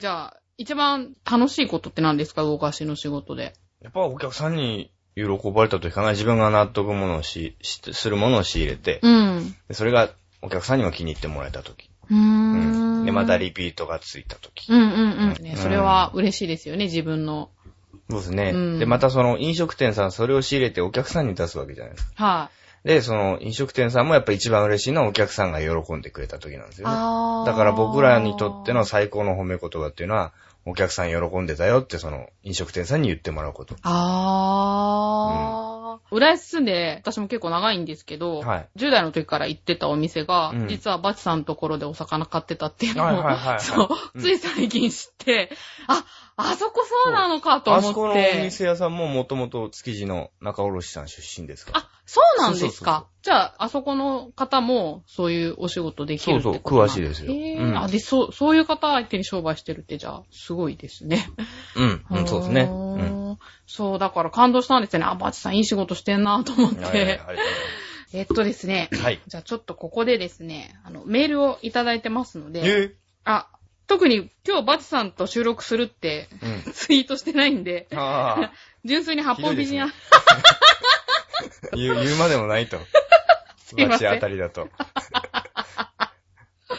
じゃあ、一番楽しいことって何ですか動かしの仕事で。
やっぱお客さんに喜ばれたといかない自分が納得ものをし、しするものを仕入れて、
うん。
でそれがお客さんにも気に入ってもらえたとき。
うー。
うんん。で、またリピートがついたとき。
うんうんうん。
うん
ね、それは嬉しいですよね、自分の。
そうですね。
うん
で、またその飲食店さんそれを仕入れてお客さんに出すわけじゃないですか。
は
で、その飲食店さんもやっぱ一番嬉しいのはお客さんが喜んでくれたときなんです
い。
よね。
あー
だから僕らにとっての、最高の褒め言葉っていうのは、お客さん喜んでたよってその飲食店さんに言ってもらうこと。
あー。あー。浦安住んで、私も結構長いんですけど、
はい
10代の時から行ってたお店が、
うん
実はバチさんのところでお魚買ってたっていうのを、
はいはいはいはい
そうう、
ん
つい最近知って、あ、あそこそうなのかと
あ
思って。
そこのお店屋さんももともと築地の中卸さん出身ですから。
あ、そうなんですか
そうそうそうそう
じゃあ、あそこの方も、そういうお仕事できるってこと
そうそう詳しいですよ
ええ
うん
あ、で、そう、そういう方相手に商売してるって、じゃあ、すごいですね。
うん、うん、そうですね。
あー
うん。
そう、だから感動したんですよね。あ、バチさんいい仕事してんなと思っ
いやいやい
て
や。ありがとうござい
えっとですね。
ますはい。
じゃあちょっとここでですね、あの、メールをいただいてますので、
え
あ、特に今日バチさんと収録するって
う
ツイートしてないんで、
ん。ああ。
純粋に八方美人な、
ひ 言う、言うまでもないと。
いません
街あたりだと。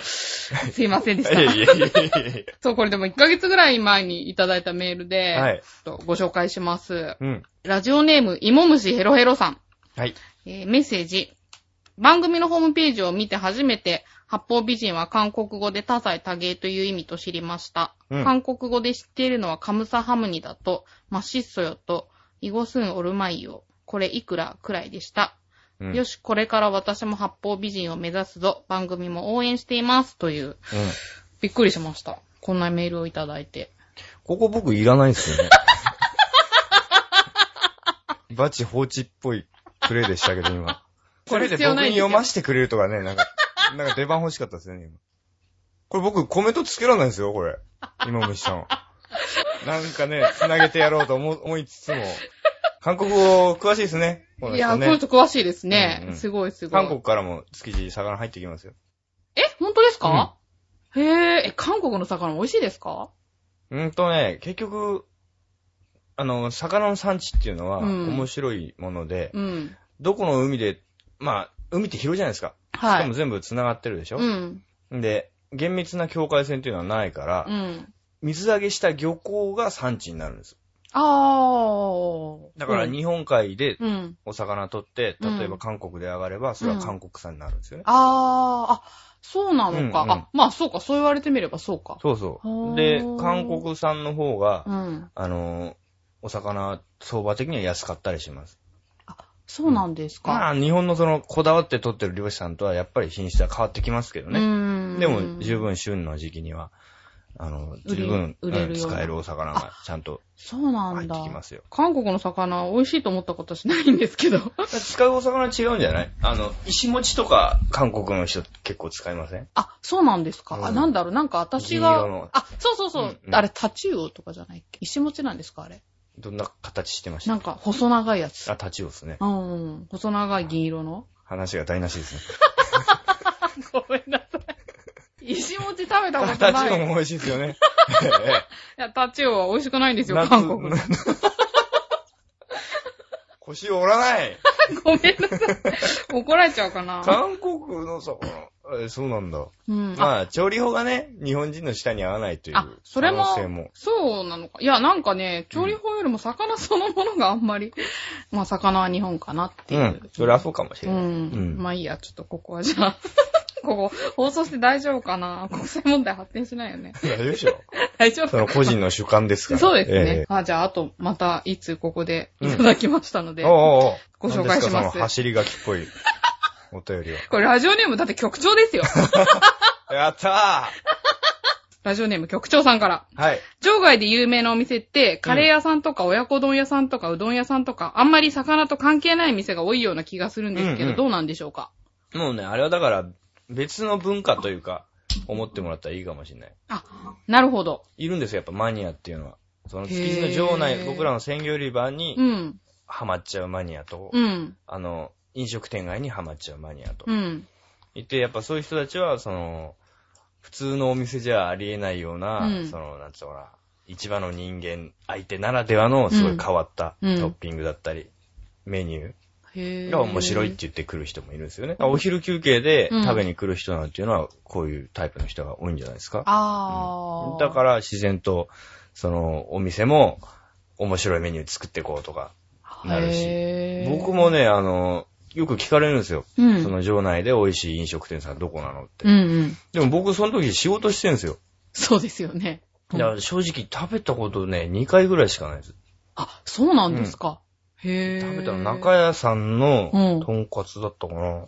すいませんでし
い
た。
やいやいやいやい
そう、これでも1ヶ月ぐらい前にいただいたメールで、
や。はい。
ちょっとご紹介します。
うん。
ラジオネーム、いもむしヘロヘロさん。
はい。
えーメッセージ。番組のホームページを見て初めて、八方美人は韓国語で多彩多芸という意味と知りました。
うん
韓国語で知っているのはカムサハムニだと、マシッソヨと、イゴスンオルマイヨ、これいくらくらいでした。
うん
よし、これから私も八方美人を目指すぞ。番組も応援しています。という、
うん。
びっくりしました。こんなメールをいただいて。
ここ僕いらないですよね。 バチ放置っぽいプレイでしたけど、今。
これ必
せめて
要
僕
ないん
に
ですよ
読ませてくれるとかね、なんか、なんか出番欲しかったですよね、今。これ僕コメントつけられないですよ、これ。今虫さん。なんかね、繋げてやろうと思思いつつも。韓国語詳しいですね。この
いやー、
人
この
ね。
人詳しいですね。
うんうん
すごいすごい。
韓国からも築地魚入ってきますよ。
え、本当ですか、へえ、え、韓国の魚美味しいですか
うんとね、結局、あの、魚の産地っていうのは
うん
面白いもので、
うん。
どこの海で、まあ、海って広いじゃないですか。
は
しかも
い。
全部繋がってるでしょ
う、ん。
で、厳密な境界線っていうのはないから、
うん。
水揚げした漁港が産地になるんです。
あー。
だから日本海で
うん。うん。
お魚取って、
うん
例えば韓国で上がれば、それは韓国産になるんですよね。
あー、あ、そうなのか。
うんうん
あ、まあそうか、そう言われてみればそうか。
そうそ
ほー
う。で、韓国産の方が、
うん。
あのー、お魚、相場的には安かったりします。
そうなんです
ま
か。
あ、日本のその、こだわって取ってる漁師さんとは、やっぱり品質は変わってきますけどね。
ね
でも十。分旬の時期には、あの、
売れ
十分、
売れるよ
うん
うな
使えるお魚がちゃんと
そうな
入
ん
って
だ
き。ますよ。
韓国の魚、美味しいと思ったことしないんですけど。
使うお魚違うんじゃないあの、石餅とか韓国の人結構使いません
あ、そうなんですか。あ、
うん
なんだろう、なんか私
銀色
が
の、
あ、そうそうそう
う、んうん
あれ、タチウオとかじゃないっけ石餅なんですか、あれ。
どんな形してまし
な
た
んか、細長いやつ。
あ、タチウオですね。
うん。細長い銀色の。
話が台無しですね。
ごめんなさい。石餅食べたこ
あ
と
タ
な
チウオ
い。い
も美味しいです よね。
や、タチウオは美味しくないんですよ、
夏
韓国の。
腰を折らない
ごめんなさい。怒られちゃうかな。
韓国の魚。えそうなんだ。
うん。あ、
まあ、調理法がね、日本人の舌に合わないという
あそ
可
れも
能性も。
そうなのか。いや、なんかね、調理法よりも魚そのものがあんまり、まあ、魚は日本かなって
う
い
ん
う。。
それはそうかもし
う
れない。
ん。
うん
まあいいや、ちょっとここはじゃあ。 ここ、放送して大丈夫かな国際問題発展しないよね。
大丈夫でしょ
大丈夫
その個人の主観ですから。
そうですね
え。
あ、じゃあ、あと、また、いつここでいただきましたの
え
で。
おうおうおう
ご紹介します
何ですかその走り書きっぽいお便りは。
これラジオネームだって局長 ですよ。
やった
ラジオネーム局長さんから。
ーはい。
場外で有名なお店って、カレー屋さんとか親子丼屋さんとかうどん屋さんとか、あんまり魚と関係ない店が多いような気がするんですけど、
うんうん
どうなんでしょうか
もうね、あれはだから、別の文化というか、思ってもらったらいいかもしれない。
なるほど。
いるんですよ、やっぱマニアっていうのは。その築地の場
へ
内、
ー
僕らの鮮魚売り場
う
に
ん。
ハマっちゃうマニアと、
うん。
あの、飲食店街にハマっちゃうマニアと
う。ん。
いて、やっぱそういう人たちは、その、普通のお店じゃありえないような、
うん
その、なんつうのかな、市場の人間相手ならではの、すごい変わったト
うん
ッピングだったり、メニュ
へ
ー
ぇ
が面白いって。言ってくる人もいるんですよね。お昼休憩で
うん
食べに来る人なんていうのは、こういうタイプの人が多いんじゃないですか。
あー。
だから自然と、その、お店も面白いメニュー作っていこうとか、なるし
へー
僕も、ね、あの、よく聞かれるんですよ。
うん
その場内で美味しい飲食店さんどこなのって。
うんうん。
でも僕その時仕事してるんですよ。
そうですよね。
いや、正直食べたことね、2回ぐらいしかないです。
あ、そうなんですか。へえ。
食べたの中屋さんの
うん
とんかつだったかな。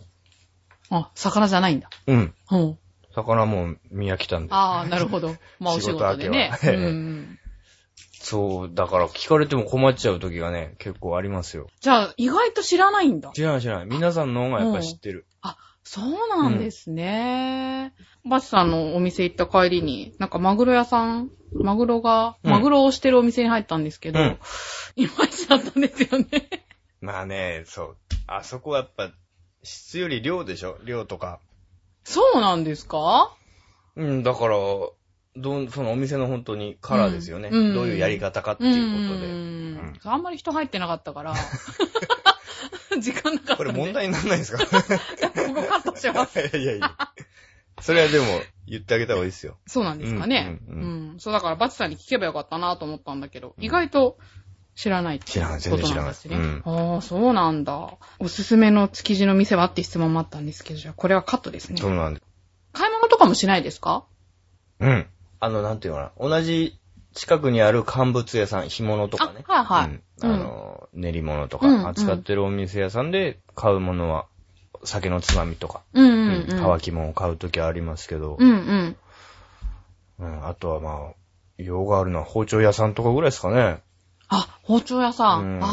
あ、魚じゃないんだ。
うん。
うん。
魚も宮来たんで。
ああ、なるほど。まあ、お仕
仕
事
事明
で
け
ね
は。
うんうん。
そう、だから聞かれても困っちゃう時がね、結構ありますよ。
じゃあ、意外と知らないんだ。
知らない知らない。皆さんの方がやっぱ知ってる。
そうなんですね。バチさんのお店行った帰りに、なんかマグロ屋さん、マグロが、
うん
マグロをしてるお店に入ったんですけ
う
ど、
ん。
いまいちだったんですよね。
まあね、そう。あそこはやっぱ、質より量でしょ量とか。
そうなんですか
うん、だから、どん、そのお店の本当にカラーですよね。
うんうん
どういうやり方かって
う
いうことで。
ん。あんまり人入ってなかったから、時間なかったんで。
これ問題にならないですか
ここカットします。
いやいやいや。それはでも、言ってあげた方がいいですよ。
そうなんですかね。う
うんんうんう
そうだから、バチさんに聞けばよかったなと思ったんだけど、
うん
意外と知らないって
知
いう
ら
こ
ない
となんですね。
全然知
ああ、そうなんだ。おすすめの築地の店はって質問もあったんですけど、じゃあこれはカットですね
そ。うなんで。
買い物とかもしないですか
うん。あの、なんていうのかな。同じ近くにある乾物屋さん、干物とかね。
あ、はいはい。
うん、あの、練り物と
うんうん
か、扱ってるお店屋さんで買うものは、酒のつまみとか、
うん
う
うんうん。
乾き物を買うときはありますけど、
うんうん。
うん、あとはまあ、用があるのは包丁屋さんとかぐらいですかね。
あ、包丁屋さん。
うん
あ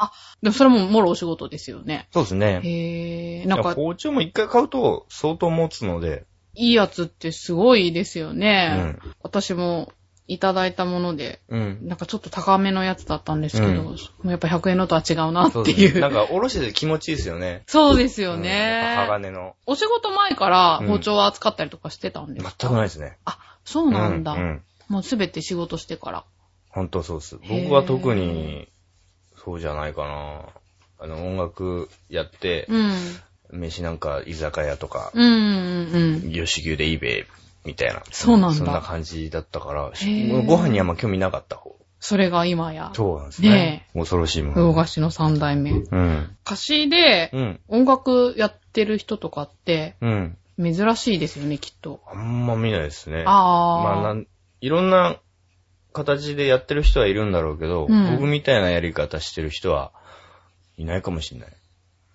あ。あ、でもそれももろお仕事ですよね。
そうですね。
へえ、なんか、
包丁も一回買うと相当持つので、
いいやつってすごいですよ
う
ね。
ん。
私もいただいたもので、
うん。
なんかちょっと高めのやつだったんですけど、
うん
もうやっぱ100円のとは違うなって
そう
い
です
う。
ね。なんか、おろしで気持ちいいですよね。
そうですよ
うんやっ
ね
ぱ、鋼の。
お仕事前から
うん
包丁は扱ったりとかしてたんです
全
か、
くないですね。
あ、そうなんだ。
うんうん
もうすべて仕事してから。
本当そうです。
へー
僕は特に、そうじゃないかな。あの、音楽やって、
うん。
飯なんか居酒屋とか、
うん、うん、うん。
吉牛でいいべ、みたいな。
そうなんだ
そんな感じだったから、
ー
ご飯にあんま興味なかった方。
それが今や、
そうなんですね
ね。
恐ろしいもん。
魚菓子の三代目。
うん。
歌詞で
うん。
音楽やってる人とかって
うん。
珍しいですよね、きっと。
あんま見ないです
あ
ね。ま
あ。
あなん、いろんな形でやってる人はいるんだろうけど、
うん
僕みたいなやり方してる人はいないかもしれない。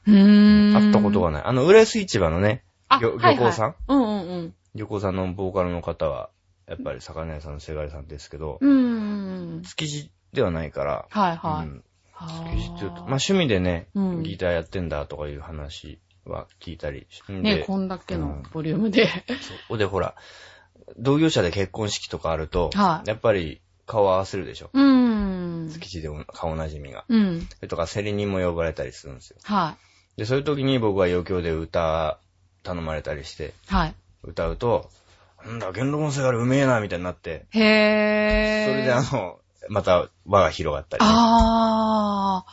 うーん。
会ったことがない。あの、浦安市場のね、
あ
漁
はいはい
漁港さん
うんうんうん。
旅行さんのボーカルの方は、やっぱり魚屋さんのせがれさんですけど、
うーん。
築地ではないから、
はいはい。
うん
あ
築地っていうと、まあ
ー
趣味でね、
うん
ギターやってんだとかいう話は聞いたりして、
ね、こんだけのボリュームで。
そうで、ほら、同業者で結婚式とかあると、
はい
やっぱり顔合わせるでしょ。
うーん。
築地でも顔なじみが。
うん。
それとか、セリにも呼ばれたりするんですよ。
は
で、そういう時に僕は余興で歌頼まれたりして、
い。はい。
歌うと、なんだ、元禄のせがれうめえな、みたいになって、
へえ。
それであの、また輪が広がったりね、
あ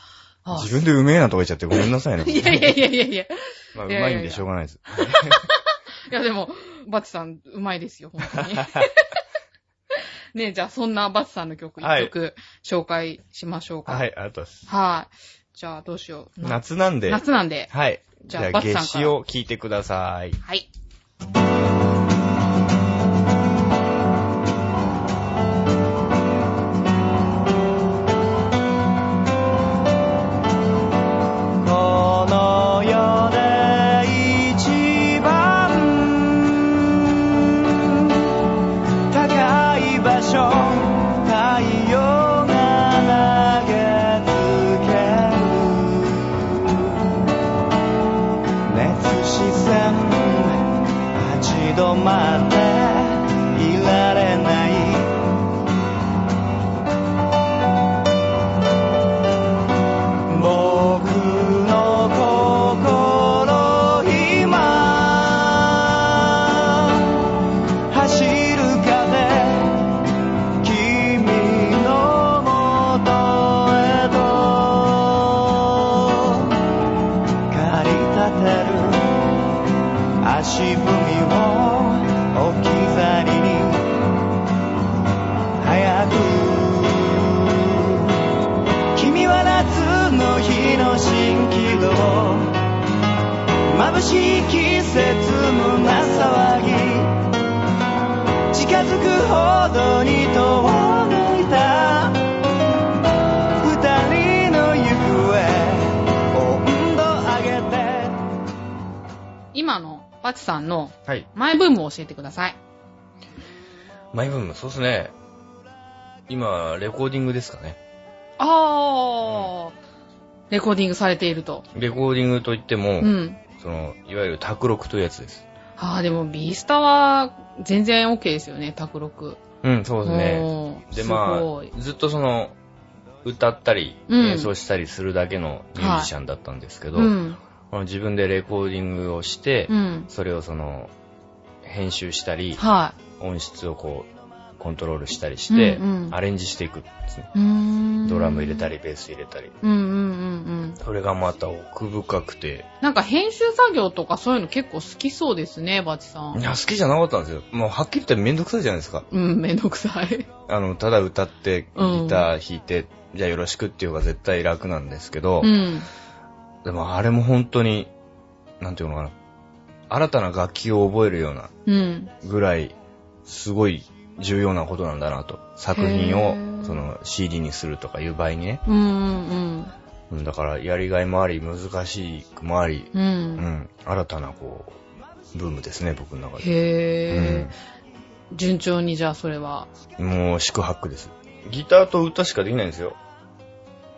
ーあ。
自分でうめえなとか言っちゃってごめんなさいね。
いやいやいやいやいや。い
まあ、う
いや
ま
いやい
いん
や
でしょうがないです。
やでも、バチさん、うまいですよ、本当 に。ねじゃあそんなバチさんの曲、
は
一
い
曲紹介しましょうか。。
はいい、ありがとうございます。
はい。じゃあどうしよう。な
夏なんで、
夏なんで。
はい。
じ
じ
ゃ
ゃ
あ
あ、
バツさんから
夏至を聞いてください。
はい。
この世で一番高い場所太陽が投げつける熱視線立ち止まっていられない僕の心今走る風君の元へと駆り立てる足踏みを置き去りに早く君は夏の日の蜃気楼眩しい季節胸騒ぎ近づくほどに遠のいた二人の夢
バチさんの
はい。
マイブームを教えてください。
マイブーム、そうですね。今、レコーディングですかね。
あー、レコーディングされていると。
レコーディングといっても、
うん。
その、いわゆる卓録というやつです。
あー、でもビースタは全然 OK ですよね、卓録。
うん、そうですね。
おー
ですま
ごい。
あ、ずっとその、歌ったり、
うん
演奏したりするだけのミュージシャンだったんですけど、
うん。
この自分でレコーディングをして、
うん。
それをその、編集したり、
は
音質をこう、コントロールしたりして、
うんうん
アレンジしていくんですね。
い。うーん。
ドラム入れた。り、ベース入れたり。
うんうんうんうん。
それがまた奥深くて、
なんか編集作業とかそういうの結構好きそうですね、バチさ
い
ん。
や、好きじゃなかったんですよ。もうはっきり言ってめんどくさいじゃないですか。
うん、めんどくさい。
あの、ただ歌って、ギ
うん
ター弾いて、じゃあよろしくっていう方が絶対楽なんですけど、
うん。
でもあれも本当に、なんていうのかな、新たな楽器を覚えるような
うん。
ぐらい、すごい重要なことなんだなと。作品
へー
を、その CD にするとかいう場合にね。
うんうん
うんだから、やりがいもあり、難しくもあり、
うん。う。
うんん、新たなこう、ブームですね、僕の中で。
へぇ順調にじゃあそれは。
うん、もう宿泊です。ギターと歌しかできないんですよ。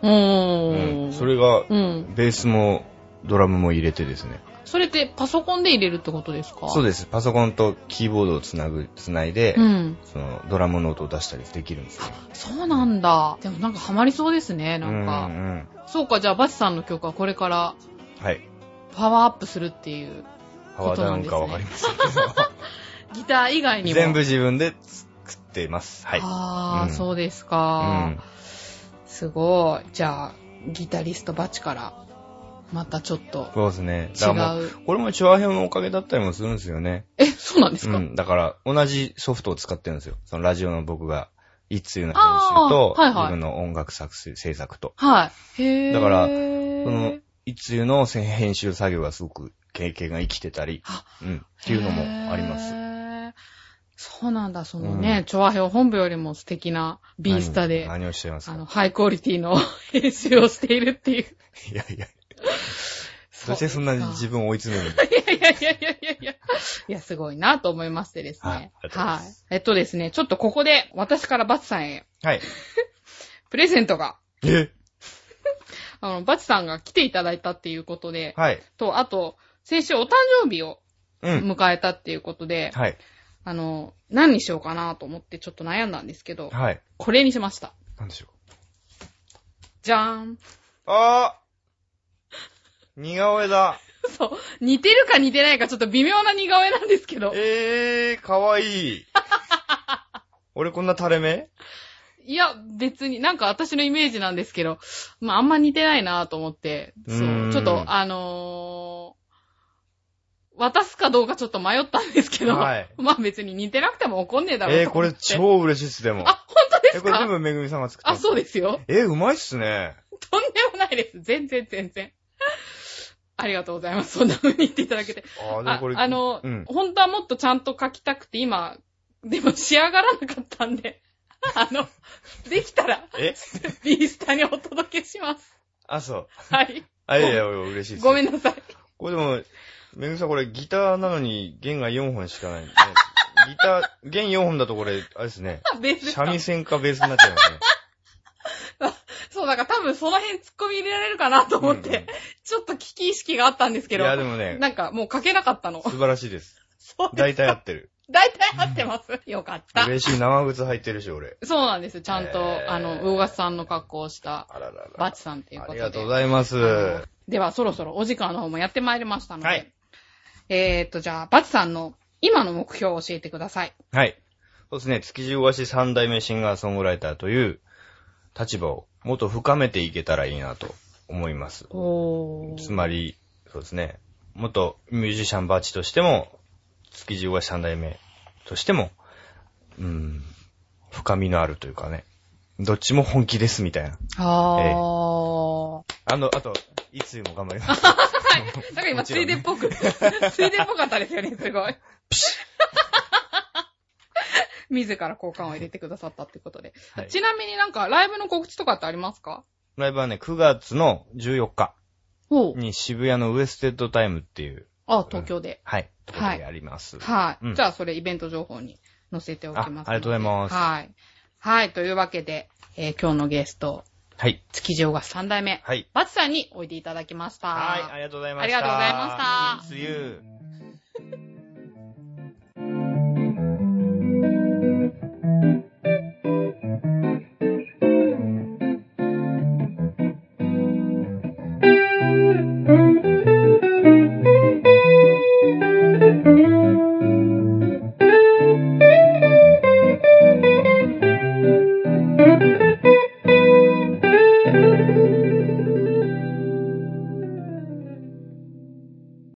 う
う
ーん。
ん、そ。れが、
うん。
ベースもドラムも入れてですね。
それってパソコンで入れるってことですか
そう
で
です。パソコンとキーボードをつなぐ、つないで、
うん。
そのドラムの音を出したりできるんですよ。
そうなんだ。でもなんかハマりそうですね、なん
う
か。
んうん
そうか、じゃあバチさんの曲はこれから
はい。
パワーアップするっていう。
パワーダウンかわかりませんけ
ギター以外に
ど。
も。
全部自分で作ってます。はい。
ああ、
うん
そうです
う
か、
ん。
すごい。じゃあ、ギタリストバチから、またちょっと
そうですね。
違
だからもう、
う。
これもチョアヘオのおかげだったりもするんですよね。
え、そうなんです
う
か、
ん。だから、同じソフトを使ってるんですよ。そのラジオの僕が、いつゆの編集と、
あーはいはい
自分の音楽作成制作と。
はい。へー。
だからその
の、
いつゆの編集作業がすごく経験が生きてたり
あ、
うん。っていうのもあります。
す。そうなんだ、そのね、調和表本部よりも素敵なビースタで、
何何をおっしゃいます
あ
か
の、ハイクオリティの編集をしているっていう。
いやいや。どうしてそんなに自分を追い詰めるんだ
いやいやいやいやいやいや。いや、すごいなと思いましてです
はい
ね。
ありがとうございます
えっとですね、ちょっとここで私からバチさんへ
はい。
プレゼントが、
え
あの、バチさんが来ていただいたっていうことで、
はい。
と、あと、先週お誕生日を
うん。
迎えたっていうことで、
はい。
あの、何にしようかなと思ってちょっと悩んだんですけど、
はい。
これにしました。
なんでしょ
じゃーん。
う。あー似顔絵だ。
そう。似てるか似てないかちょっと微妙な似顔絵なんですけど。
えー、かわい い。俺こんな垂れ目
いや、別に、なんか私のイメージなんですけど、まああんま似てないなと思って、そう
ー
う。
ん
ちょっと、あのー渡すかどうかちょっと迷ったんですけど、
はい
まあ別に似てなくても怒んねえだろう
えー、
と
こ
思っ
れ
て。
超嬉しいっす、でも。
あ、本当で
え、
す
これ全
か
部めぐみさんが作った。
あ、そう
で
ですよ。
す。えー、うまいっすね。
とんでもないです。全然全然。ありがとうございます。そんな風に言っていただけて。
あー、でも
あ
これ。
あの、
うん。
本当はもっとちゃんと書きたくて、今、 でも仕上がらなかったんで、 あの、できたら、
え
ビースタにお届けします。
あ、そう。
はい。
あ、いやいや、嬉しいっす。
ごめ
ん。
んな さい。
これでも、めぐみさんこれギターなのに弦が4本しかない。ねギター、弦4本だとこれ、あれです ね。
ベース
シャミ線かベースになっちゃいますね。
そう、だから多分その辺突っ込み入れられるかなと思って、
うんうん
ちょっと危機意識があったんですけ
い
ど、
や、でもね、
なんかもう書けなかったの。
素晴らしいです。
そうです。
大体合ってる。
大体合ってます。よかった。
嬉しい長靴履いてるし、俺。
そうなんです。ちゃんと、
えー
あの、魚ガさんの格好をした
あららら。
バチさんというこ
あ
と
り
で。
がとうございます。
あのでは、そろそろお時間の方もやってまいりましたので。
はい
えーっと、じゃあ、バチさんの今の目標を教えてください。
はい。そうですね、築地大橋三代目シンガーソングライターという立場をもっと深めていけたらいいなと思います。
お
つまり、そうですね、もっとミュージシャンバッチとしても、築地大橋三代目としても、うん、深みのあるというかね、どっちも本気ですみたいな。
あ
ええ
ー。
あの、あと、いつも頑張り ます。
なんか今、
もち
つ
ろ
い
ん
で
ね
っぽ く、ついでっぽかったですよね、すごい。自ら交換を入れてくださったってことで。
はい
ちなみになんか、ライブの告知とかってありますか
ライブはね、9月の14日
ほう。
に渋谷のウエステッドタイムっていう
あ、東京で。
はい。
はい
やります。
はい、
うん
じゃあ、それイベント情報に載せておきますので
あありがとうございます
はい。はい。というわけで、えー今日のゲスト、
はい。
築地が3代目、
はい。
バチさんにおいでいただきました。
はい、ありがとうございました。。
ありがとうございました
See you.